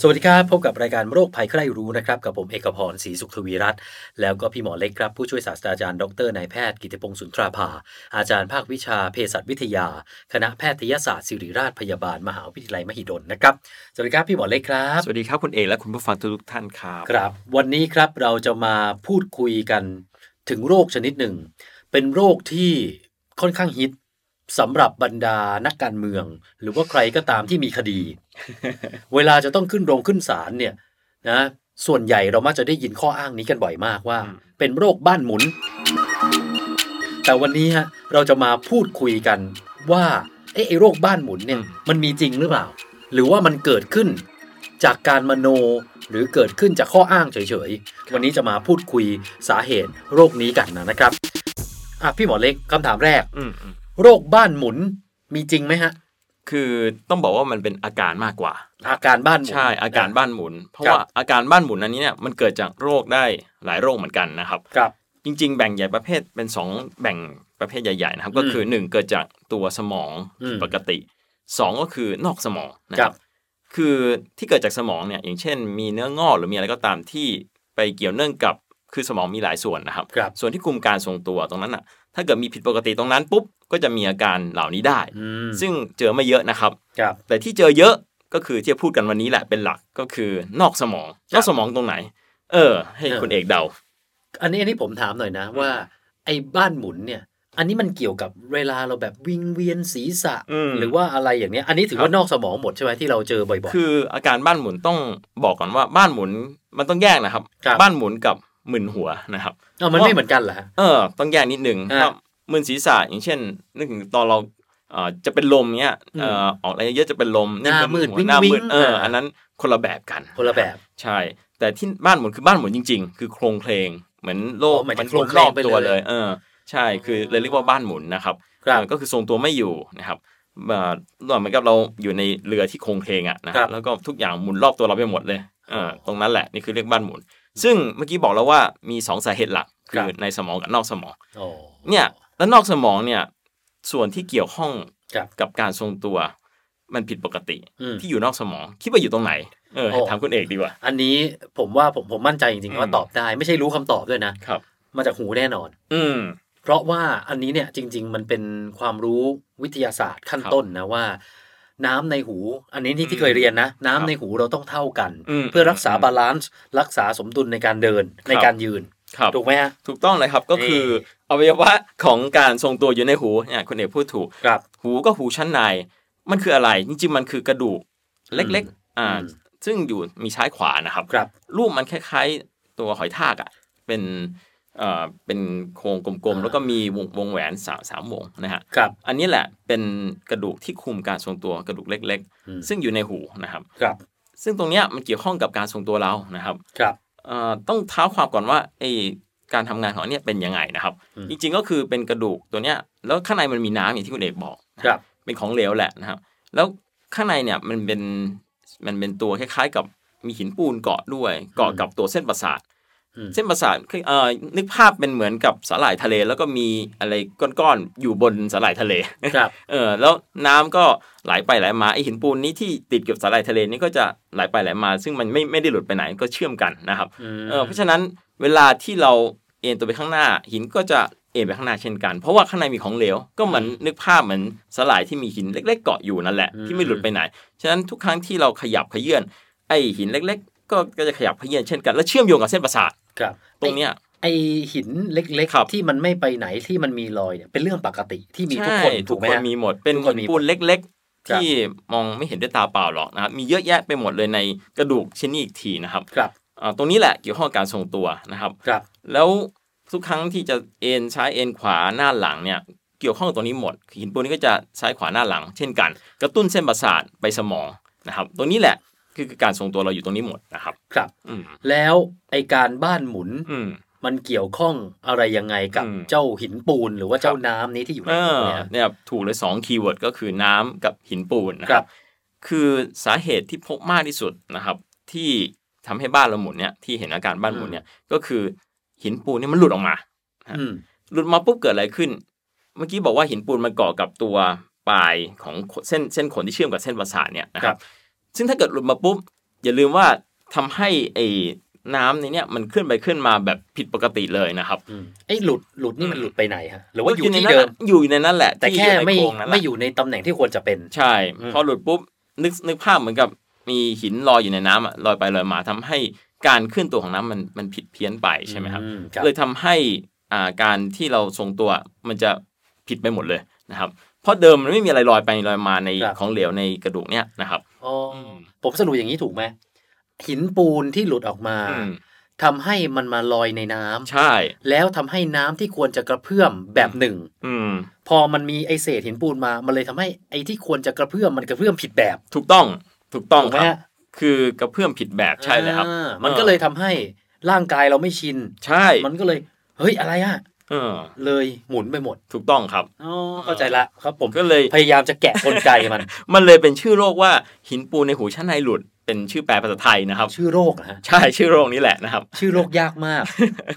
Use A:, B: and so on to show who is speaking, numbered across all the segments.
A: สวัสดีครับ พบกับรายการโรคภัยใครรู้นะครับ กับผมเอกพรศรีสุขทวีรัตน์แล้วก็พี่หมอเล็กครับ ผู้ช่วยศาสตราจารย์ดรนายแพทย์กิติพงศ์สุนทราภา อาจารย์ภาควิชาเภสัชวิทยา คณะแพทยศาสตร์ศิริราชพยาบาลมหาวิทยาลัยมหิดลนะครับ สวัสดีครับพี่หมอเล็กครับ
B: สวัสดีครับคุณเอกและคุณผู้ฟังทุกๆท่านครับ
A: ครับวันนี้ครับเราจะมาพูดคุยกันถึงโรคชนิดหนึ่ง เป็นโรคที่ค่อนข้างฮิตสำหรับบรรดานักการเมือง หรือว่าใครก็ตามที่มีคดี เวลาจะต้องขึ้นโรงขึ้นศาลเนี่ยนะส่วนใหญ่เรามักจะได้ยินข้ออ้างนี้กันบ่อยมากว่า
B: อืม
A: เป็นโรคบ้านหมุน แต่วันนี้ฮะเราจะมาพูดคุยกันว่าเอ๊ะไอ้โรคบ้านหมุนเนี่ยมันมีจริงหรือเปล่า หรือว่ามันเกิดขึ้นจากการมโนหรือเกิดขึ้นจากข้ออ้างเฉยๆ วันนี้จะมาพูดคุยสาเหตุโรคนี้กันนะครับอ่ะพี่หมอเล็กคำถามแรก
B: อืมอืม
A: โรคบ้านหมุนมีจริงไหมฮะ
B: คือต้องบอกว่ามันเป็นอาการมากกว่า
A: อาการบ้านหมุน
B: ใช่อาการบ้านหมุน เพราะ
A: ครับ
B: ว่าอาการบ้านหมุนอันนี้เนี่ยมันเกิดจากโรคได้หลายโรคเหมือนกันนะครับ
A: ครับ
B: จริง ๆ แบ่งใหญ่ประเภทเป็น 2 แบ่งประเภทใหญ่ๆนะครับ ก็
A: อืม
B: คือ 1 เกิดจากตัวสมอง
A: อืม
B: ปกติ 2 ก็คือนอกสมองนะค
A: ครั
B: รับ บ คือที่เกิดจากสมองเนี่ยอย่างเช่น มีเนื้องอกหรือมีอะไรก็ตามที่ไปเกี่ยวเนื่องกับคือสมองมีหลายส่วนนะครับ
A: ครับ
B: ส่วนที่กลุ่มการทรงตัวตรงนั้นอ่ะ ถ้าเกิดมีผิดปกติตรงนั้นปุ๊บ ก็จะมีอาการเหล่านี้ได้
A: อืม
B: ซึ่งเจอไม่เยอะนะครับ
A: ครับ
B: แต่ที่เจอเยอะก็คือที่จะพูดกันวันนี้แหละเป็นหลักก็คือนอกสมอง นอกสมองตรงไหน เออ ให้
A: เออ
B: คุณเอกเดา
A: อันนี้อันนี้ผมถามหน่อยนะว่า ไอ้บ้านหมุนเนี่ย อันนี้มันเกี่ยวกับเวลาเราแบบวิงเวียนศีรษะ
B: อืม
A: หรือว่าอะไรอย่างเนี้ย อันนี้ถือว่า
B: ครับ
A: นอกสมองหมดใช่ไหมที่เราเจอบ่อย
B: คืออาการบ้านหมุนต้องบอกก่อนว่าบ้านหมุนมันต้องแยกนะครับ
A: ครับ
B: บ้านหมุนกับมึนหัวนะครับ
A: ๆเอามันไม่เหมือนกันเหรอฮะ
B: เออ ต้องแยกนิดหนึ่ง
A: อ่า
B: ถ้ามึนศีรษะอย่างเช่นนึกถึงตอนเราเอ่อจะเป็นลมเนี้ยเอ่อออกอะไรเยอะจะเป็นลม
A: หน้า
B: เป็
A: มืด
B: หั
A: วิ่ง
B: หน้ามืด
A: วิ่ง
B: เออ
A: อ่า
B: อันนั้นคนละแบบกัน
A: คนละแบบ
B: ใช่ แต่ที่บ้านหมุนคือบ้านหมุนจริง ๆ คือโครงเพลงเหมือนโลก
A: อ๋อหมายถึง
B: มัน
A: โครงเพล
B: รง อบ
A: ไปเลย
B: ตัวเลย เออ ใช่คือเลยเรียกว่าบ้านหมุนนะครับ
A: ครับ
B: เออก็คือทรงตัวไม่อยู่นะครับเอ่อเหมือนกับเราอยู่ในเรือที่โครงเพลงอ่ะนะครับแล้วก็ทุกอย่างหมุนรอบตัวเราไปหมดเลยเออตรงนั้นแหละนี่คือเรียกบ้านหมุน ซึ่งเมื่อกี้บอกแล้วว่ามีสองสาเหตุหลักคือในสมองกับนอกสมอง
A: อ๋อ
B: เนี่ยแล้วนอกสมองเนี่ยส่วนที่เกี่ยวข้อง
A: ครับ
B: กับการทรงตัวมันผิดปกติ
A: อืม
B: ที่อยู่นอกสมองคิดว่าอยู่ตรงไหนเออให้
A: โอ้
B: ถามคุณเอกดีกว่า
A: อันนี้ผมว่าผมผมมั่นใจจริงๆ
B: อืม
A: ว่าตอบได้ ไม่ใช่รู้คำตอบด้วยนะ
B: ครับ
A: มาจากหูแน่นอน
B: อืม
A: เพราะว่าอันนี้เนี่ยจริง ๆ มันเป็นความรู้วิทยาศาสตร์ขั้น
B: ครับ
A: ต้นนะว่า น้ำในหู อันนี้ที่ที่
B: อืม
A: เคยเรียนนะ น้ำ
B: ครับ
A: ในหูเราต้องเท่ากัน
B: อืม
A: เพื่อรักษาบาลานซ์รักษาสมดุลในการเดินใน
B: ครับ
A: การยืน
B: ครับ
A: ถูกไหมฮะ
B: ถูกต้องเลยครับก็คืออวัยวะของการทรงตัวอยู่ในหูเนี่ยคุณเอกพูดถูก
A: ครับ
B: หูก็หูชั้นใน มันคืออะไร จริงๆ มันคือกระดูกเล็กๆอ่า
A: อืม
B: ซึ่งอยู่มีซ้ายขวานะครับ
A: ครับ
B: รูปมันคล้ายๆตัวหอยทากอ่ะ เป็นเอ่อเป็นโครงกลม
A: อ่า
B: ๆ แล้วก็มีวงวงแหวนสามสามวงนะฮะ
A: ครับ
B: อันนี้แหละเป็นกระดูกที่คุมการทรงตัวกระดูกเล็ก
A: อืม
B: ๆ ซึ่งอยู่ในหูนะครับ
A: ครับ
B: ซึ่งตรงเนี้ยมันเกี่ยวข้องกับการทรงตัวเรานะครับ
A: ครับ
B: เอ่อต้องเท้าความก่อนว่าไอการทำงานของอันเนี้ยเป็นยังไงนะครับ
A: อืม
B: จริงๆ ก็คือเป็นกระดูกตัวเนี้ยแล้วข้างในมันมีน้ำอย่างที่คุณเอกบอก
A: ครับ
B: เป็นของเหลวแหละนะครับ แล้วข้างในเนี่ยมันเป็นมันเป็นตัวคล้ายๆ กับมีหินปูนเกาะด้วย เกาะกับตัวเส้นประสาท
A: อืม
B: เส้นประสาทคือเอ่อนึกภาพเป็นเหมือนกับสาหร่ายทะเล แล้วก็มีอะไรก้อนๆอยู่บนสาหร่ายทะเล
A: ครับ
B: เออแล้วน้ำก็ไหลไปไหลมาไอหินปูนนี้ที่ติดกับสาหร่ายทะเลนี่ก็จะไหลไปไหลมา ซึ่งมันไม่ไม่ได้หลุดไปไหนก็เชื่อมกันนะครับ
A: อืม
B: เออเพราะฉะนั้นเวลาที่เราเอ็นตัวไปข้างหน้า หินก็จะเอ็นไปข้างหน้าเช่นกัน เพราะว่าข้างในมีของเหลวก็เหมือนนึกภาพเหมือนสลายที่มีหินเล็ก ๆ เกาะอยู่นั่นแหละ
A: อืม
B: ที่ไม่หลุดไปไหนฉะนั้นทุกครั้งที่เราขยับเขยื่อนไอหินเล็ก ๆ ก็ก็จะขยับเขยื่อนเช่นกันแล้วเชื่อมโยงกับเส้นประสาท
A: ครับ
B: ตรงเนี้ย
A: ไอหินเล็ก
B: ครับ
A: ๆ ที่มันไม่ไปไหนที่มันมีรอยเนี่ยเป็นเรื่องปกติที่มีทุก
B: ใช่
A: คน
B: ทุ
A: ถู
B: ก
A: กไหม
B: คน
A: ฮะ
B: มีหมดเป็น
A: ทุกคน
B: หิน
A: มีหมด
B: ปูนเล็ก ๆ
A: ครับ
B: ที่มองไม่เห็นด้วยตาเปล่าหรอกนะครับมีเยอะแยะไปหมดเลยในกระดูกชิ้นนี้อีกทีนะครับ
A: ครับ
B: อ่าตรงนี้แหละเกี่ยวข้องกับการทรงตัวนะครับ
A: ครับ
B: แล้วทุกครั้งที่จะเอ็นซ้ายเอ็นขวาหน้าหลังเนี่ยเกี่ยวข้องกับตรงนี้หมดคือหินปูนนี้ก็จะซ้ายขวาหน้าหลัง เช่นกัน กระตุ้นเส้นประสาทไปสมองนะครับตรงนี้แหละคือคือการทรงตัวเราอยู่ตรงนี้หมดนะครับ
A: ครับ
B: อืม
A: แล้วไอการบ้านหมุน
B: อืม
A: มันเกี่ยวข้องอะไรยังไงกับ
B: อืม
A: เจ้าหินปูนหรือว่าเจ้าน้ำนี้ที่อยู่ใน
B: เอ
A: นี้
B: อ
A: เนี่ย
B: เนี่ยครับถูกเลยสองคีย์เวิร์ดก็คือน้ำกับหินปูนนะค
A: ครั
B: รับ บ คือสาเหตุที่พบมากที่สุดนะครับ ที่ทำให้บ้านเราหมุนเนี่ยที่เห็นอาการบ้านหมุนเนี่ยก็คือหินปูนเนี่ยมันหลุดออกมา
A: อืม
B: หลุดมาปุ๊บเกิดอะไรขึ้น เมื่อกี้บอกว่าหินปูนมันเกาะกับตัวปลายของเส้นเส้นขนที่เชื่อมกับเส้นประสาทเนี่ยนะค
A: ครั
B: รับ บ ซึ่งถ้าเกิดหลุดมาปุ๊บอย่าลืมว่าทำให้ไอ้น้ำในเนี่ยมันเคลื่อนไปเคลื่อนมาแบบผิดปกติเลยนะครับ
A: อืมไอ้หลุดหลุดนี่มันหลุดไปไหนฮะหรือว่าอยู่ที่
B: ในนั้น
A: เดิม
B: น่ะอยู่ในนั้นแหละ
A: แต่
B: ที่
A: แค่
B: อยู่ใน
A: ไม่
B: โรงนั้นแหละ
A: ไม่อยู่ในตำแหน่งที่ควรจะเป็น
B: ใช่
A: อืม
B: พอหลุดปุ๊บนึกนึกภาพเหมือนกับมีหินลอยอยู่ในน้ำอะลอยไปลอยมาทำให้การเคลื่อนตัวของน้ำมันมันผิดเพี้ยนไปใช่ไหมครับ
A: อื
B: เลยทำให้อ่าการที่เราทรงตัวมันจะผิดไปหมดเลยนะครับเพราะเดิมมันไม่มีอะไรลอยไปลอยมาในของเหลวในกระดูกเนี่ยนะครับ
A: อ๋ออ
B: ม
A: ผมสรุปอย่างนี้ถูกไหมหินปูนที่หลุดออกมา
B: อืม
A: ทำให้มันมาลอยในน้ำ
B: ใช่
A: แล้วทำให้น้ำที่ควรจะกระเพื่อมแบบหนึ่ง
B: อืม
A: พอมันมีไอเศษหินปูนมา มันเลยทำให้ไอที่ควรจะกระเพื่อมมันกระเพื่อมผิดแบบ
B: ถูกต้องถูกต้อง
A: ถูกไหม
B: ครับ
A: ฮะ
B: คือกระเพื่อมผิดแบบใช่เลยครับ
A: อ่ามันก็เลยทำให้ร่างกายเราไม่ชิน
B: ใช่
A: มันก็เลย เฮ้ยอะไรอะ
B: เออ
A: เลยหมุนไปหมด
B: ถูกต้องครับ
A: อ๋อเข้าใจละครับผม
B: ก็เลย
A: พยายามจะแกะกลไกมัน
B: มันเลยเป็นชื่อโรคว่าหินปูนในหูชั้นในหลุดเป็นชื่อแปลภาษาไทยนะครับ
A: ชื่อโรคนะฮะ
B: ใช่ชื่อโรคนี้แหละนะครับ
A: ชื่อโรคยาก มาก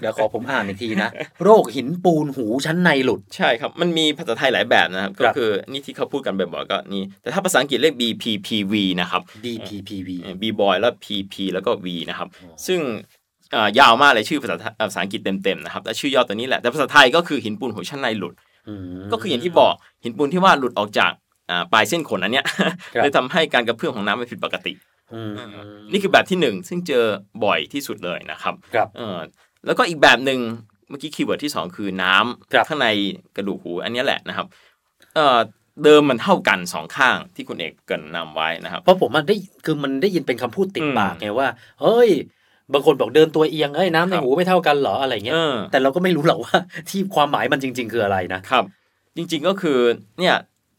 A: เดี๋ยวขอผมอ่านอีกทีนะ โรคหินปูนหูชั้นในหลุด
B: ใช่ครับ มันมีภาษาไทยหลายแบบนะครับ
A: ครั
B: ก็
A: บ
B: คือนี่ที่เขาพูดกันบ่อยๆก็นี่ แต่ถ้าภาษาอังกฤษเรียก BPPV นะครับ
A: BPPV
B: B boy แล้ว PP แล้วก็ V นะครับ ซึ่งอ่ายาวมากเลยชื่อภาษาไทยภาษาอังกฤษเต็มๆนะครับแต่ชื่อย่อตัวนี้แหละ แต่ภาษาไทยก็คือหินปูนหัวชั้นในหลุด ก็คืออย่างที่บอกหินปูนที่ว่าหลุดออกจากอ่าปลายเส้นขนอันเนี้ย
A: ครับ
B: เลยทำให้การกระเพื่อมของน้ำมันผิดปกติ
A: อืม
B: นี่คือแบบที่หนึ่งซึ่งเจอบ่อยที่สุดเลยนะครับ
A: ครับ
B: เออแล้วก็อีกแบบหนึ่งเมื่อกี้คีย์เวิร์ดที่สองคือน้ำ
A: ครับ
B: ข้างในกระดูกหูอันเนี้ยแหละนะครับเอ่อเดิมมันเท่ากันสองข้างที่คุณเอกเกรินนำไว้นะครับ
A: เพราะผมมันได้คือมันได้ยินเป็นคำพูดติด
B: อืม
A: ปากไงว่า เฮ้ย บางคนบอกเดินตัวเอียงเฮ้ยน้ำใน
B: ครับ
A: หูไม่เท่ากันเหรออะไรเงี้
B: เอย อ
A: แต่เราก็ไม่รู้หรอกว่า ที่ความหมายมันจริง ๆ คืออะไรนะ
B: ครับ จริงๆก็คือเนี่ย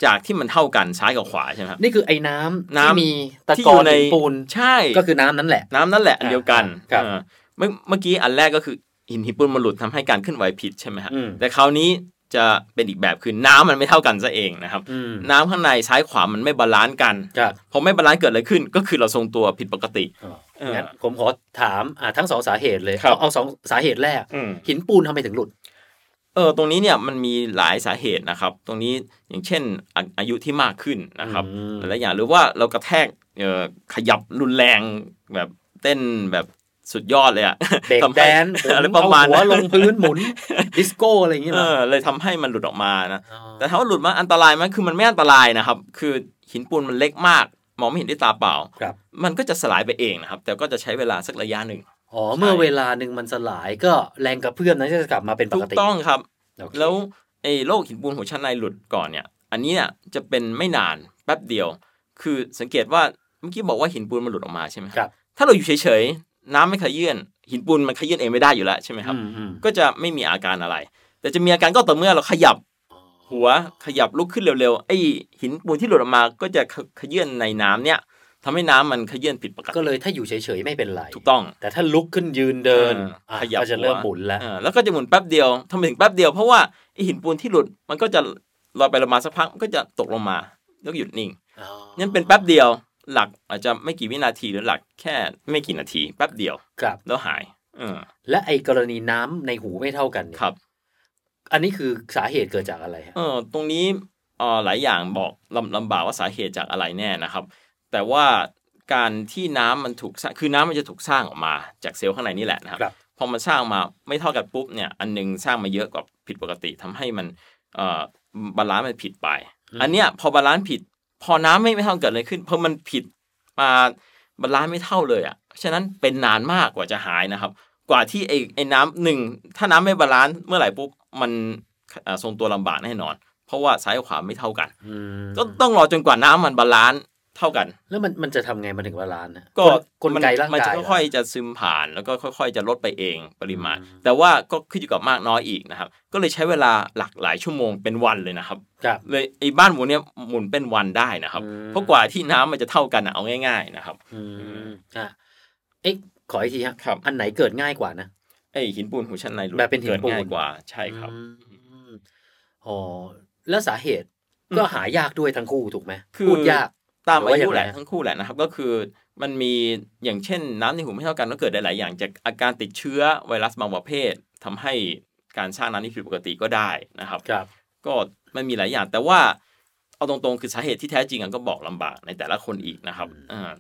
B: จากที่มันเท่ากันซ้ายกับขวาใช่ไหมครับ
A: นี่คือไอ้น้ำที่
B: น้ำ
A: มีตะ
B: ที่
A: กอนหินปูน
B: ใช่
A: ก็คือน้ำนั้นแหละ
B: น้ำนั่นแหละอันเดียวกัน
A: ครับ
B: เออเมื่อเมื่อกี้อันแรกก็คือหินหินปูนมันหลุดทำให้การเคลื่อนไหวผิดใช่ไหมฮะ
A: อืม
B: แต่คราวนี้จะเป็นอีกแบบคือน้ำมันไม่เท่ากันซะเองนะครับ
A: อืม
B: น้ำข้างในซ้ายขวามันไม่บาลานซ์กัน
A: ครับ
B: พอไม่บาลานซ์เกิดอะไรขึ้น ก็คือเราทรงตัวผิดปกติ
A: อ๋อ
B: เอองั้
A: งั้นผมขอถามอ่ะทั้งสองสาเหตุเลย
B: ครับ
A: เอาเอาสองสาเหตุแรก หินปูนทำไมถึงหลุด
B: เออตรงนี้เนี่ยมันมีหลายสาเหตุนะครับ ตรงนี้อย่างเช่นอาอายุที่มากขึ้นนะครับ
A: อืม
B: หลายอย่างหรือว่าเรากระแทกเอ่อขยับรุนแรงแบบเต้นแบบสุดยอดเลยอะ
A: เบรก
B: ทำ
A: แด
B: ให้
A: น
B: อะไร
A: ห
B: ป
A: มุน
B: ระมาณ
A: เอาหัว
B: นั้น
A: ลงพื้นห มุน ดิสโก้อะไรอย่างเงี้ย
B: เอ
A: เหรอ
B: อเลยทำให้มันหลุดออกมานะ
A: อ
B: แต่ถ้ามว่าหลุดมาอันตรายไหมคือมันไม่อันตรายนะครับ คือหินปูนมันเล็กมาก มองไม่เห็นด้วยตาเปล่า
A: ครับ
B: มันก็จะสลายไปเองนะครับ แต่ก็จะใช้เวลาสักระยะหนึ่ง
A: อ๋อเมื่อเวลาหนึ่งมันสลายก็แรงกระเพื่อมนั้นจะกลับมาเป็นป
B: ถู
A: ก
B: ก
A: ติ
B: ต้องครับ
A: โอเค
B: แล้วไอ้โรคหินปูนหัวชั้นในหลุดก่อนเนี่ย อันนี้เนี่ยจะเป็นไม่นานแป๊บเดียว คือสังเกตว่าเมื่อกี้บอกว่าหินปูนมันหลุดออกมาใช่ไหม
A: ครับ
B: ถ้าเราอยู่เฉยๆ น้ำไม่ขยื่นหินปูนมันขยื่นเองไม่ได้อยู่แล้วใช่ไหมครับ
A: อืมอืม
B: ก็จะไม่มีอาการอะไร แต่จะมีอาการก็ต่อเมื่อเราขยับหัวขยับลุกขึ้นเร็วๆ ไอ้หินปูนที่หลุดออกมาก็จะขขยื่นในน้ำเนี่ยทำให้น้ำมันขยื่นผิดปก
A: ก็
B: ติ
A: เลยถ้าอยู่เฉยๆไม่เป็นไร
B: ถูกต้อง
A: แต่ถ้าลุกขึ้นยืนเดิน
B: เออ
A: อ่ะ
B: ขยับ
A: ก็จะเริ่ม
B: หัว
A: หมุนแล้ว
B: เออแล้วก็จะหมุนแป๊บเดียวทำไมถึงแป๊บเดียว เพราะว่าไอหินปูนที่หลุดมันก็จะลอยไปลอยมาสักพักมันก็จะตกลงมาแล้วก็หยุดนิ่งนั่นเป็นแป๊บเดียวหลักอาจจะไม่กี่วินาทีหรือหลักแค่ไม่กี่นาทีแป๊บเดียว
A: ครับ
B: แล้วหายเออ
A: และไอกรณีน้ำในหูไม่เท่ากันเนี่ย
B: ครับ
A: อันนี้คือสาเหตุเกิดจากอะไรฮะ
B: เออตรงนี้เออหลายอย่างบอกลำลำบากว่าสาเหตุจากอะไรแน่นะครับ แต่ว่าการที่น้ำมันถูกสร้างคือน้ำมันจะถูกสร้างออกมาจากเซลล์ข้างในนี่แหละนะครับ
A: ครับ
B: พอมันสร้างมาไม่เท่ากันปุ๊บเนี่ยอันหนึงสร้างมาเยอะกว่าผิดปกติทำให้มันเอ่อบาลานซ์มันผิดไป
A: อืม
B: อันเนี้ยพอบาลานซ์ผิด พอน้ำไม่ไม่เท่าเกิดอะไรขึ้นเพราะมันผิดมาบาลานซ์ไม่เท่าเลยอ่ะฉะนั้นเป็นนานมากกว่าจะหายนะครับ กว่าที่ไอ้ไอ้น้ำหนึ่งถ้าน้ำไม่บาลานซ์เมื่อไหร่ปุ๊บมันเอ่อทรงตัวลำบากแน่นอน เพราะว่าซ้ายกับขวาไม่เท่ากัน
A: อืม
B: ก็ต้องรอจนกว่าน้ำมันบาลานซ์เท่ากัน
A: แล้วมันมันจะทำไงมันถึงบาลานซ์นะ
B: ก็
A: กลไกร่าง
B: มัน
A: กา
B: จะ
A: ย
B: ค่อยๆจะซึมผ่านแล้วก็ค่อย ๆ จะลดไปเองปริมาณ
A: อืม
B: แต่ว่าก็ขึ้นอยู่กับมากน้อยอีกนะครับ ก็เลยใช้เวลาหลักหลายชั่วโมงเป็นวันเลยนะครับ
A: ครับ
B: เลยไอ้บ้านหมุนเนี่ยหมุนเป็นวันได้นะครับ
A: อืม
B: เพราะกว่าที่น้ำมันจะเท่ากันอะเอาง่าย ๆ นะครับ
A: อืมอ่ะเอ๊ะขออีกทีฮะ
B: ครับ
A: อันไหนเกิดง่ายกว่านะ
B: ไอหินปูนหูชั้นในหลุด
A: แบบเป็นหิน
B: กิด
A: ปูน
B: ง่ายกว่าใช่ครับ
A: อืมอ๋อแล้วสาเหตุก็หายากด้วยทั้งคู่ถูกไหม
B: คือ
A: พูดยาก
B: ตาม
A: หรือ
B: อา
A: ว่า
B: ยุ
A: ยังไง
B: แหละ
A: ฮะ
B: ทั้งคู่แหละนะครับ ก็คือมันมีอย่างเช่นน้ำในหูไม่เท่ากันก็เกิดได้หลายอย่างจากอาการติดเชื้อไวรัสบางประเภททำให้การสร้างน้ำที่ผิดปกติก็ได้นะครับ
A: ครับ
B: ก็มันมีหลายอย่างแต่ว่าเอาตรงๆคือสาเหตุที่แท้จริงอะก็บอกลำบากในแต่ละคนอีกนะครับอ่า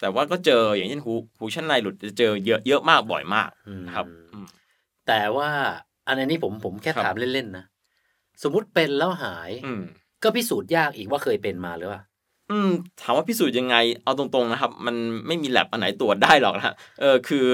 B: แต่ว่าก็เจออย่างเช่นหูหูชั้นในหลุดจะเจอเยอะเยอะมากบ่อยมากนะครับอืม
A: แต่ว่าอันนี้ผมผมแค่
B: ครับ
A: ถามเล่นๆนะ สมมติเป็นแล้วหาย
B: อืม
A: ก็พิสูจน์ยากอีกว่าเคยเป็นมาหรือเปล่า
B: อืมถามว่าพิสูจน์ยังไง เอาตรงๆนะครับ มันไม่มีแลบอันไหนตรวจได้หรอกนะเออคือ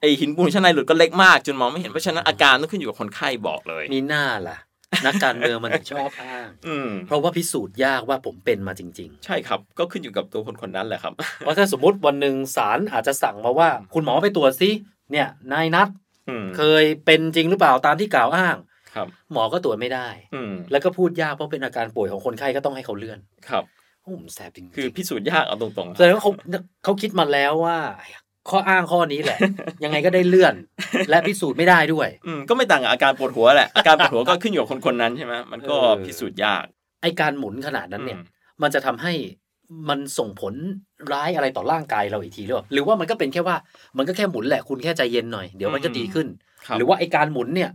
B: ไอหินปูนชั้นในหลุดก็เล็กมาก จนมองไม่เห็นเพราะฉะนั้นอาการต้องขึ้นอยู่กับคนไข้บอกเลย
A: มีหน้าล่ะ นักการเมืองมันถึงชอบอ้าง
B: อืม
A: เพราะว่าพิสูจน์ยากว่าผมเป็นมาจริง
B: ใช่ครับ ก็ขึ้นอยู่กับตัวคนคนๆนั้นแหละครับ
A: ๆ เพราะถ้าสมมติวันหนึ่งศาลอาจจะสั่งมาว่า คุณหมอไปตรวจซิเนี่ยนายนัท
B: อืม
A: เคยเป็นจริงหรือเปล่าตามที่กล่าวอ้าง
B: ครับ
A: หมอก็ตรวจไม่ได้
B: อืม
A: แล้วก็พูดยากเพราะเป็นอาการป่วยของคนไข้ก็ต้องให้เขาเลื่อน
B: ครับ
A: โอ้ผมแสบจริงๆ
B: คือพิสูจน์ยากเอาตรงๆนะ
A: แสดงว่าเขาเขาคิดมาแล้วว่า ข้ออ้างข้อนี้แหละ ยังไงก็ได้เลื่อน และพิสูจน์ไม่ได้ด้วย
B: อืมก็ไม่ต่างกับอาการปวดหัวแหละอาการปวดหัวก็ขึ้นอยู่กับคนคนๆนั้นใช่ไหมมันก็
A: เออ
B: พิสูจน์ยาก
A: ไอการหมุนขนาดนั้นเนี่ย
B: อืม
A: มันจะทำให้มันส่งผลร้ายอะไรต่อร่างกายเราอีกทีหรือเปล่าหรือว่ามันก็เป็นแค่ว่ามันก็แค่หมุนแหละคุณแค่ใจเย็นหน่อยเดี๋ยวมันก็ดีขึ้น
B: ครับ
A: หรือว่าไอการหมุนเนี่ย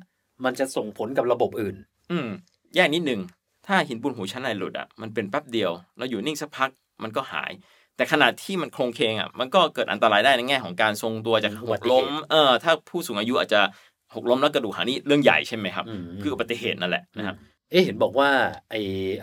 A: มันจะส่งผลกับระบบอื่น
B: อืมแยกนิดหนึ่งถ้าหินปูนหูชั้นในหลุดอ่ะมันเป็นแป๊บเดียว เราอยู่นิ่งสักพักมันก็หาย แต่ขณะที่มันโครงเคงอ่ะมันก็เกิดอันตรายได้ในแง่ของการทรงตัวจาก
A: อุ
B: ห
A: บั
B: ก
A: ติเหตุ
B: ล้มเออถ้าผู้สูงอายุอาจจะหกล้มแล้วกระดูกหักนี่เรื่องใหญ่ใช่ไหมครับ
A: ม
B: คืออุบัติเหตุนั่นแหละนะครับ
A: เอ๊ะเห็นบอกว่าไอ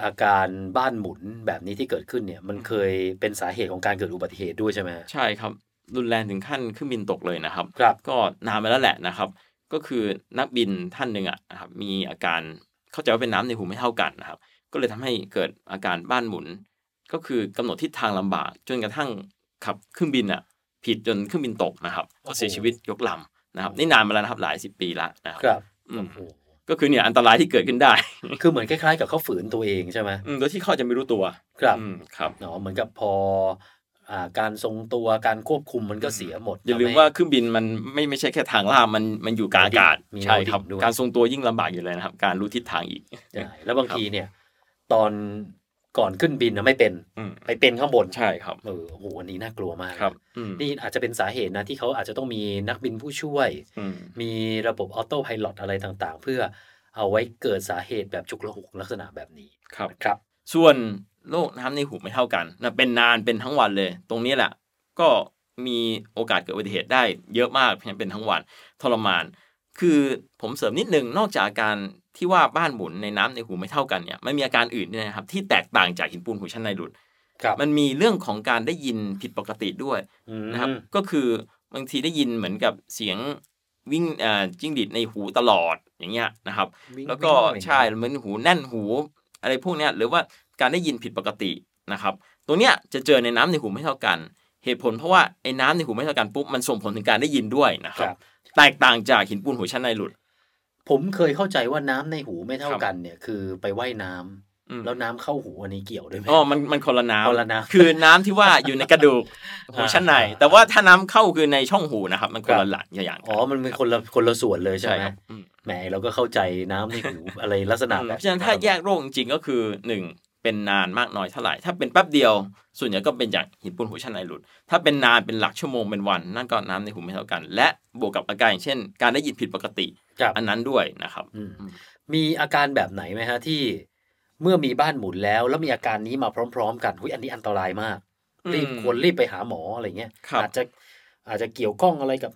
A: อาการบ้านหมุนแบบนี้ที่เกิดขึ้นเนี่ย มันเคยเป็นสาเหตุของการเกิดอุบัติเหตุด้วยใช่ไหม
B: ใช่ครับ รุนแรงถึงขั้นเครื่องบินตกเลยนะครับ
A: ครับ
B: ก็นานมาแล้วแหละนะครับ ก็คือนักบินท่านหนึ่งอ่ะนะครับมีอาการเข้าใจว่าเป็นน้ำในหูไม่เท่ากันนะครับ ก็เลยทำให้เกิดอาการบ้านหมุน ก็คือกำหนดทิศทางลำบากจนกระทั่งขับเครื่องบินอ่ะผิดจนเครื่องบินตกนะครับก็เสียชีวิตยกลำนะครับนี่นานมาแล้วนะครับหลายสิบปีละนะค
A: ครับรับ
B: อืม
A: โอ้
B: ก็คือเนี่ยอันตรายที่เกิดขึ้นได้
A: คือเหมือนคล้ายๆกับเขาฝืนตัวเองใช่ไหม
B: อืมโดยที่เขาจะไม่รู้ตัว
A: ครับ
B: อืมครับ
A: เนาะเหมือนกับพออ่าการทรงตัวการควบคุมมันก็เสียหมด
B: อย่าลืม
A: ทำให้
B: ว่าเครื่องบินมันไม่ไม่ใช่แค่ทางลาบมันมันอยู่กลางอากาศ
A: มีแนวดิ่ง
B: ใช่ครับ
A: ด้วย
B: การทรงตัวยิ่งลำบากอยู่เลยนะครับ การรู้ทิศทางอีก
A: ใช่แล้วบางทีเนี่ย ตอนก่อนขึ้นบินนะไม่เป็น
B: อืม
A: ไปเป็นข้างบน
B: ใช่ครับ
A: เออโอ้โหอันนี้น่ากลัวมาก
B: ครับอืม
A: นี่อาจจะเป็นสาเหตุนะที่เขาอาจจะต้องมีนักบินผู้ช่วย
B: อืม
A: มีระบบออโต้ไพลอตอะไรต่างๆ เพื่อเอาไว้เกิดสาเหตุแบบฉุกละหุกลักษณะแบบนี้
B: ครับ
A: ครับ
B: ส่วนโรคน้ำในหูไม่เท่ากันนะเป็นนานเป็นทั้งวันเลย ตรงนี้แหละ ก็มีโอกาสเกิดอุบัติเหตุได้เยอะมากเพียงเป็นทั้งวันทรมาน คือผมเสริมนิดนึงนอกจากอาการที่ว่าบ้านหมุนในน้ำในหูไม่เท่ากันเนี่ยมันมีอาการอื่นด้วยนะครับ ที่แตกต่างจากหินปูนหูชั้นในหลุด
A: ครับ
B: มันมีเรื่องของการได้ยินผิดปกติด้วย นะครับ
A: อืม
B: ก็คือบางทีได้ยินเหมือนกับเสียงวิ่งเอ่อจิ้งหรีดในหูตลอดอย่างเงี้ยนะครับ
A: วิ่ง
B: แล้วก็
A: วิ่งอะไรอย่างเงี้ย
B: ใช่เหมือนหูแน่นหูอะไรพวกเนี้ยหรือว่าการได้ยินผิดปกตินะครับตรงเนี้ยจะเจอในน้ำในหูไม่เท่ากัน เหตุผลเพราะว่าไอ้น้ำในหูไม่เท่ากันปุ๊บมันส่งผลถึงการได้ยินด้วยนะค
A: ครับ รับ
B: แตกต่างจากหินปูนหูชั้นในหลุด
A: ผมเคยเข้าใจว่าน้ำในหูไม่เท่า
B: ครับ
A: กันเนี่ย คือไปว่ายน้ำ
B: อืม
A: แล้วน้ำเข้าหูอันนี้เกี่ยวด้วยไหม
B: อ๋อมันมันคนละน้ำ
A: คนละน้ำ
B: คือน้ำที่ว่าอยู่ในกระดู กหูชั้นใน แต่ว่าถ้าน้ำเข้าคือในช่องหูนะครับมันค
A: ค
B: น
A: รั
B: ละ
A: บ
B: หลักอย่าง
A: อ๋อ มันเป็นคนละคนละส่วนเลยใช่
B: ใช่
A: ไหม
B: ครับอืม
A: แหมเราก็เข้าใจน้ำในหู อะไรลักษณะ
B: อืม
A: แบบ
B: เพราะฉะนั้นถ้าแยกโรคจริงๆก็คือหนึ่งเป็นนานมากน้อยเท่าไหร่ ถ้าเป็นแป๊บเดียว ส่วนใหญ่ก็เป็นจากหินปูนหูชั้นในหลุด ถ้าเป็นนานเป็นหลักชั่วโมงเป็นวัน นั่นก็น้ำในหูไม่เท่ากัน และบวกกับอาการอย่างเช่น การได้ยินผิดปกติ
A: ครับ
B: อันนั้นด้วยนะครับ
A: อืมมีอาการแบบไหนไหมฮะที่เมื่อมีบ้านหมุนแล้ว แล้วมีอาการนี้มาพร้อม ๆ กันหุยอันนี้อันตรายมาก รีบ
B: อืม
A: ควรรีบไปหาหมออะไรเงี้ย
B: ครับ
A: อาจจะอาจจะเกี่ยวข้องอะไรกับ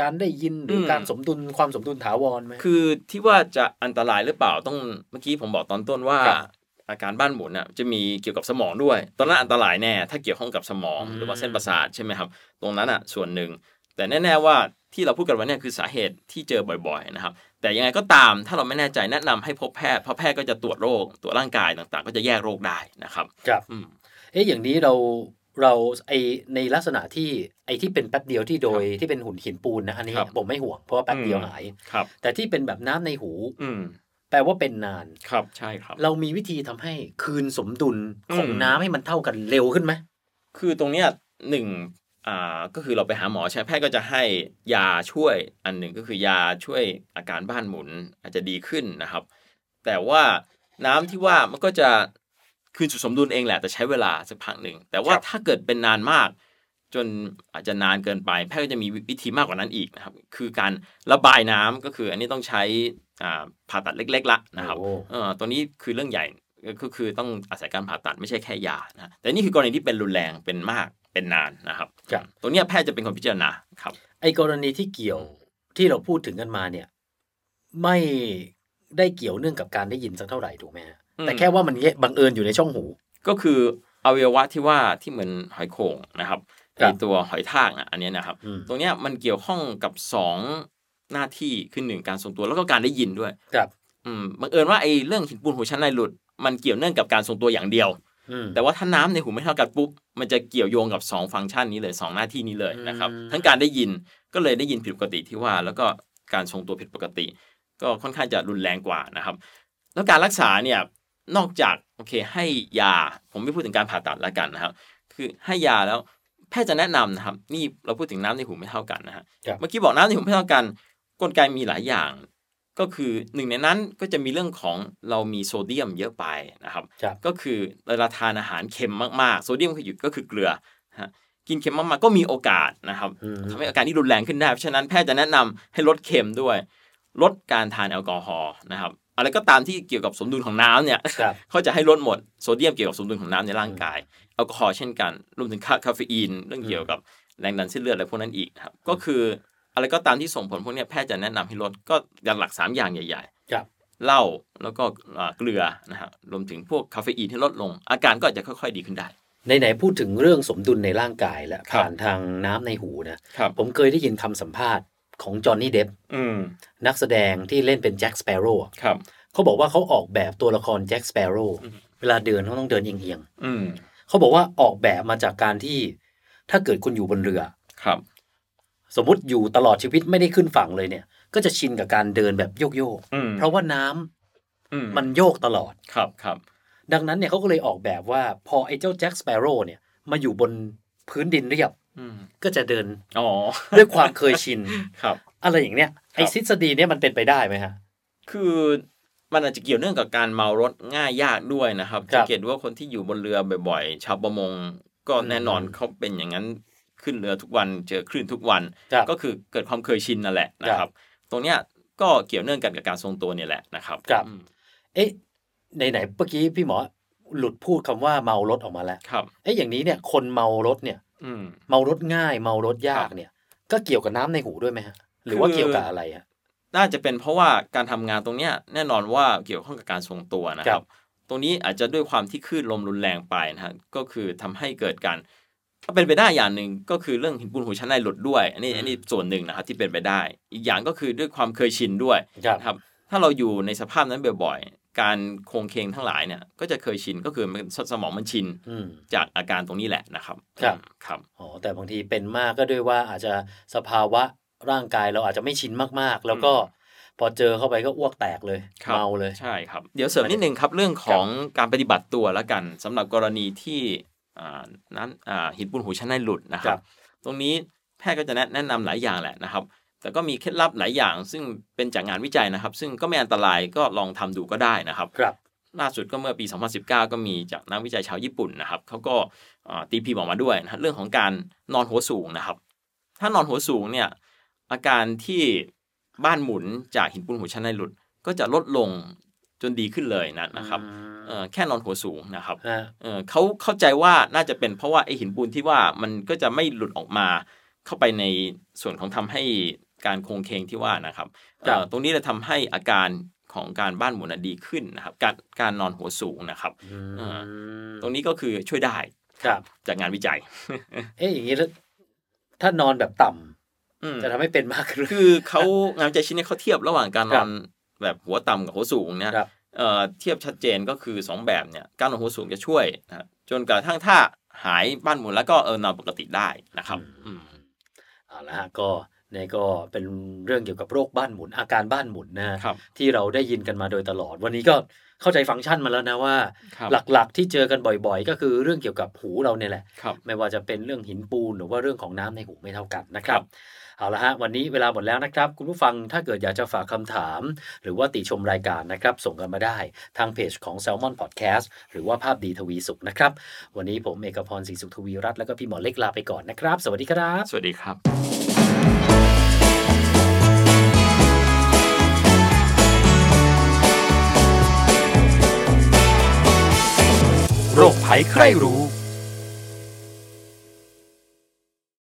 A: การได้ยินหรืออ
B: ม
A: การสมดุลความสมดุลถาวรไหม
B: คือที่ว่าจะอันตรายหรือเปล่าต้องเมื่อกี้ผมบอกตอนต้นว่า
A: ครับ
B: อาการบ้านหมุนน่ะจะมีเกี่ยวกับสมองด้วย ตอนนั้นอันตรายแน่ ถ้าเกี่ยวข้องกับสมองหรือว่าเส้นประสาทใช่ไหมครับ ตรงนั้นอ่ะส่วนหนึ่ง แต่แน่ๆว่าที่เราพูดกันวันเนี้ยคือสาเหตุที่เจอบ่อยๆนะครับ แต่ยังไงก็ตามถ้าเราไม่แน่ใจแนะนำให้พบแพทย์เพราะแพทย์ก็จะตรวจโรคตรวจร่างกายต่างๆ ก็จะแยกโรคได้นะครับ
A: ครับ
B: อืม
A: เอ๊ะอย่างนี้เราเราไอในลักษณะที่ไอที่เป็นแป๊บเดียวที่โดยที่เป็นหุ่นหินปูนนะอันนี้
B: ครับ
A: ผมไม่ห่วงเพราะว่าแป๊บเดียวหาย
B: ครับ
A: แต่ที่เป็นแบบน้ำในหู
B: อืม
A: แปลว่าเป็นนาน
B: ครับใช่ครับ
A: เรามีวิธีทำให้คืนสมดุลของ
B: อืม
A: น้ำให้มันเท่ากันเร็วขึ้นไหม
B: คือตรงเนี้ยหนึ่ง อ่าก็คือเราไปหาหมอใช่ไหมแพทย์ก็จะให้ยาช่วยอันหนึ่งก็คือยาช่วยอาการบ้านหมุนอาจจะดีขึ้นนะครับ แต่ว่าน้ำที่ว่ามันก็จะคืนสู่สมดุลเองแหละแต่ใช้เวลาสักพักหนึ่งแต่ว่า
A: ครับ
B: ถ้าเกิดเป็นนานมาก จนอาจจะนานเกินไปแพทย์ก็จะมีวิธีมากกว่านั้นอีกนะครับ คือการระบายน้ำก็คืออันนี้ต้องใช้อ่าผ่าตัดเล็ก ๆ ละนะครับ
A: โอ้
B: เออตัวนี้คือเรื่องใหญ่ก็คือต้องอาศัยการผ่าตัดไม่ใช่แค่ยานะแต่นี่คือกรณีที่เป็นรุนแรงเป็นมากเป็นนานนะครับ
A: ครับ
B: ตรงเนี้ยแพทย์จะเป็นคนพิจารณาครับ
A: ไอกรณีที่เกี่ยวที่เราพูดถึงกันมาเนี่ย ไม่ได้เกี่ยวเนื่องกับการได้ยินสักเท่าไหร่ถูกไหมฮะ
B: อืม
A: แต่แค่ว่ามันเงี้ยบังเอิญอยู่ในช่องหู
B: ก็คืออวัยวะที่ว่าที่เหมือนหอยโข่งนะครับ
A: ครับ
B: ไอตัวหอยทากนะอันเนี้ยนะครับ
A: อืม
B: ตรงเนี้ยมันเกี่ยวข้องกับสองหน้าที่คือหนึ่งการทรงตัวแล้วก็การได้ยินด้วย
A: ครับ
B: อืมบังเอิญว่าไอเรื่องหินปูนหูชั้นในหลุด มันเกี่ยวเนื่องกับการทรงตัวอย่างเดียว
A: อืม
B: แต่ว่าถ้าน้ำในหูไม่เท่ากันปุ๊บ มันจะเกี่ยวโยงกับ 2 ฟังก์ชันนี้เลย 2 หน้าที่นี้เลยนะครับ
A: อืม
B: ทั้งการได้ยินก็เลยได้ยินผิดปกติที่ว่า แล้วก็การทรงตัวผิดปกติ ก็ค่อนข้างจะรุนแรงกว่านะครับ แล้วการรักษาเนี่ยนอกจากโอเคให้ยาผมไม่พูดถึงการผ่าตัดแล้วกันนะครับ คือให้ยาแล้วแพทย์จะแนะนำนะครับ นี่เราพูดถึงน้ำในหูไม่เท่ากันนะฮะ
A: ครับ
B: เมื่อกี้บอกน้ำในหูไม่เท่ากันกลไกมีหลายอย่าง ก็คือหนึ่งในนั้นก็จะมีเรื่องของเรามีโซเดียมเยอะไปนะครับ
A: ครับ
B: ก็คือเวลาทานอาหารเค็มมากๆ โซเดียมก็อยู่ก็คือเกลือฮะกินเค็มมากๆก็มีโอกาสนะครับ
A: อืม
B: ทำให้อาการที่รุนแรงขึ้นได้เพราะฉะนั้นแพทย์จะแนะนำให้ลดเค็มด้วย ลดการทานแอลกอฮอล์นะครับอะไรก็ตามที่เกี่ยวกับสมดุลของน้ำเนี่ย
A: ครับ
B: เขาจะให้ลดหมดโซเดียมเกี่ยวกับสมดุลของน้ำในร่างกายแอลกอฮอล์เช่นกันรวมถึงคาคาเฟอีนเรื่องเกี่ยวกับแรงดันเส้นเลือดอะไรพวกนั้นอีกครับก็คืออะไรก็ตามที่ส่งผลพวกเนี้ยแพทย์จะแนะนำให้ลดก็อย่างหลักสามอย่างใหญ่ๆ
A: ครับ
B: เหล้าแล้วก็อ่าเกลือนะฮะรวมถึงพวกคาเฟอีนที่ลดลง อาการก็อาจจะค่อยๆดีขึ้นได้
A: ไหนๆพูดถึงเรื่องสมดุลในร่างกายและ
B: ครับ
A: ผ่านทางน้ำในหูนะ
B: ครับ
A: ผมเคยได้ยินคำสัมภาษณ์ของจอห์นนี่เดฟ
B: อืม
A: นักแสดงที่เล่นเป็นแจ็คสเปโร่อะ
B: ครับ
A: เขาบอกว่าเขาออกแบบตัวละครแจ็คสเปโร่
B: อืม
A: เวลาเดินเขาต้องเดินเอียง
B: อืม
A: ๆเขาบอกว่าออกแบบมาจากการที่ ถ้าเกิดคุณอยู่บนเรือ
B: ครับ
A: สมมติอยู่ตลอดชีวิตไม่ได้ขึ้นฝั่งเลยเนี่ย ก็จะชินกับการเดินแบบโยกโยกๆ
B: อืม
A: เพราะว่าน้ำ
B: อื
A: มันโยกตลอด
B: ครับครับ
A: ดังนั้นเนี่ยเขาก็เลยออกแบบว่าพอไอ้เจ้าแจ็คสเปโร่เนี่ยมาอยู่บนพื้นดินเรียบ
B: อืม
A: ก็จะเดิน
B: อ๋อ
A: ด้วยความเคยชิน
B: ครับ
A: อะไรอย่างเนี้ยไอ้ทฤษฎีเนี่ยมันเป็นไปได้ไหมฮะ
B: คือมันอาจจะเกี่ยวเนื่องกับการเมารถง่ายยากด้วยนะครับ
A: ครั
B: สั
A: บ
B: งเกตว่าคนที่อยู่บนเรือบ่อยๆ ชาวประมง ก็แน่นอนเขาเป็นอย่างนั้นขึ้นเรือทุกวันเจอคลื่นทุกวัน
A: ครับ
B: ก็คือเกิดความเคยชินนั่นแหละนะครับ ตรงเนี้ยก็เกี่ยวเนื่องกันกับการทรงตัวเนี่ยแหละนะครับ
A: ครับ
B: อืม
A: เอ๊ะไหนไหนๆเมื่อกี้พี่หมอหลุดพูดคำว่าเมารถออกมาแล้ว
B: ครับ
A: เอ๊ะอย่างนี้เนี่ยคนเมารถเนี่ย
B: อืม
A: เมารถง่ายเมารถยา
B: ครั
A: ก
B: บ
A: เนี่ย ก็เกี่ยวกับน้ำในหูด้วยไหมฮะหรือว่า
B: คือ
A: เกี่ยวกับอะไรฮะ
B: น่าจะเป็นเพราะว่าการทำงานตรงเนี้ยแน่นอนว่าเกี่ยวข้องกับการทรงตัวนะค
A: ครั
B: รับ
A: บ
B: ตรงนี้อาจจะด้วยความที่คลื่นลมรุนแรงไปนะฮะก็คือทำให้เกิดการถ้าเป็นไปได้อย่างหนึ่งก็คือเรื่องหินปูนหูชั้นในหลุดด้วย อันนี้อันนี้ส่วนหนึ่งนะครับที่เป็นไปได้ อีกอย่างก็คือด้วยความเคยชินด้วย
A: ครับ
B: นะครับ ถ้าเราอยู่ในสภาพนั้นบ่อยๆ การโครงเคงทั้งหลายเนี่ยก็จะเคยชินก็คือมันสมองมันชิน
A: อืม
B: จากอาการตรงนี้แหละนะครับ
A: ครับ
B: ครับ
A: อ๋อแต่บางทีเป็นมากก็ด้วยว่าอาจจะสภาวะร่างกายเราอาจจะไม่ชินมากๆ แล้วก็พอเจอเข้าไปก็อ้วกแตกเลย
B: ครับ
A: เมาเลย
B: ใช่ครับเดี๋ยวเสริมนิดนึงครับเรื่องของการปฏิบัติตัวแล้วกันสำหรับกรณีที่อ่าน้ำอ่าหินปูนหูชั้นในหลุดนะค
A: ค
B: รั
A: รับ บ
B: ตรงนี้แพทย์ก็จะแนะแนะนำหลายอย่างแหละนะครับ แต่ก็มีเคล็ดลับหลายอย่าง ซึ่งเป็นจากงานวิจัยนะครับ ซึ่งก็ไม่อันตรายก็ลองทำดูก็ได้นะครับ
A: ครับ
B: ล่าสุดก็เมื่อปี 2019 ก็มีจากนักวิจัยชาวญี่ปุ่นนะครับเขาก็เอ่อตีพิมพ์ออกมาด้วยนะฮะเรื่องของการนอนหัวสูงนะครับ ถ้านอนหัวสูงเนี่ยอาการที่บ้านหมุนจากหินปูนหัวชั้นในหลุด ก็จะลดลงจนดีขึ้นเลยนะนะครับ
A: อืม
B: เอ่อแค่นอนหัวสูงนะครับ
A: ฮะ
B: เออเขาเข้าใจว่าน่าจะเป็นเพราะว่าไอหินปูนที่ว่ามันก็จะไม่หลุดออกมาเข้าไปในส่วนของทำให้การโครงเคงที่ว่านะครับเอ่อ
A: ครับ
B: ตรงนี้จะทำให้อาการของการบ้านหมุนนะดีขึ้นนะครับ การการนอนหัวสูงนะครับ
A: อืม
B: อ่า ตรงนี้ก็คือช่วยได้
A: ครับ
B: จากงานวิจัย
A: เอ๊ะอย่างนี้แล้วถ้านอนแบบต่ำ
B: อืม
A: จะทำให้เป็นมากขึ้นหรือ
B: คือเขางานวิจัยชิ้นนี้เขาเทียบระหว่างการนอนแบบหัวต่ำกับหัวสูงเนี่ย
A: ครับ
B: เอ่อเทียบชัดเจนก็คือ 2 แบบเนี่ยการนอนหัวสูงจะช่วยนะจนกระทั่งถ้าหายบ้านหมุนแล้วก็เออนอนปกติได้นะครับ
A: เอาละฮะก็ นี่ก็เป็นเรื่องเกี่ยวกับโรคบ้านหมุน อาการบ้านหมุนนะฮะ
B: ครับ
A: ที่เราได้ยินกันมาโดยตลอด วันนี้ก็เข้าใจฟังก์ชันมาแล้วนะว่า
B: ครับ
A: หลักๆที่เจอกันบ่อยๆ ก็คือเรื่องเกี่ยวกับหูเราเนี่ยแหละ
B: ครับ
A: ไม่ว่าจะเป็นเรื่องหินปูนหรือว่าเรื่องของน้ำในหูไม่เท่ากันนะค
B: ค
A: รั
B: รับ บ
A: เอาละฮะวันนี้เวลาหมดแล้วนะครับ คุณผู้ฟังถ้าเกิดอยากจะฝากคำถาม หรือว่าติชมรายการนะครับ ส่งกันมาได้ทางเพจของ Salmon Podcast หรือว่าภาพดีทวีสุขนะครับ วันนี้ผมเอกพรศรีสุขทวีรัตน์แล้วก็พี่หมอเล็กลาไปก่อนนะครับ สวัสดีครับ
B: สวัสดีครับ
C: โรคภัยไข้รู้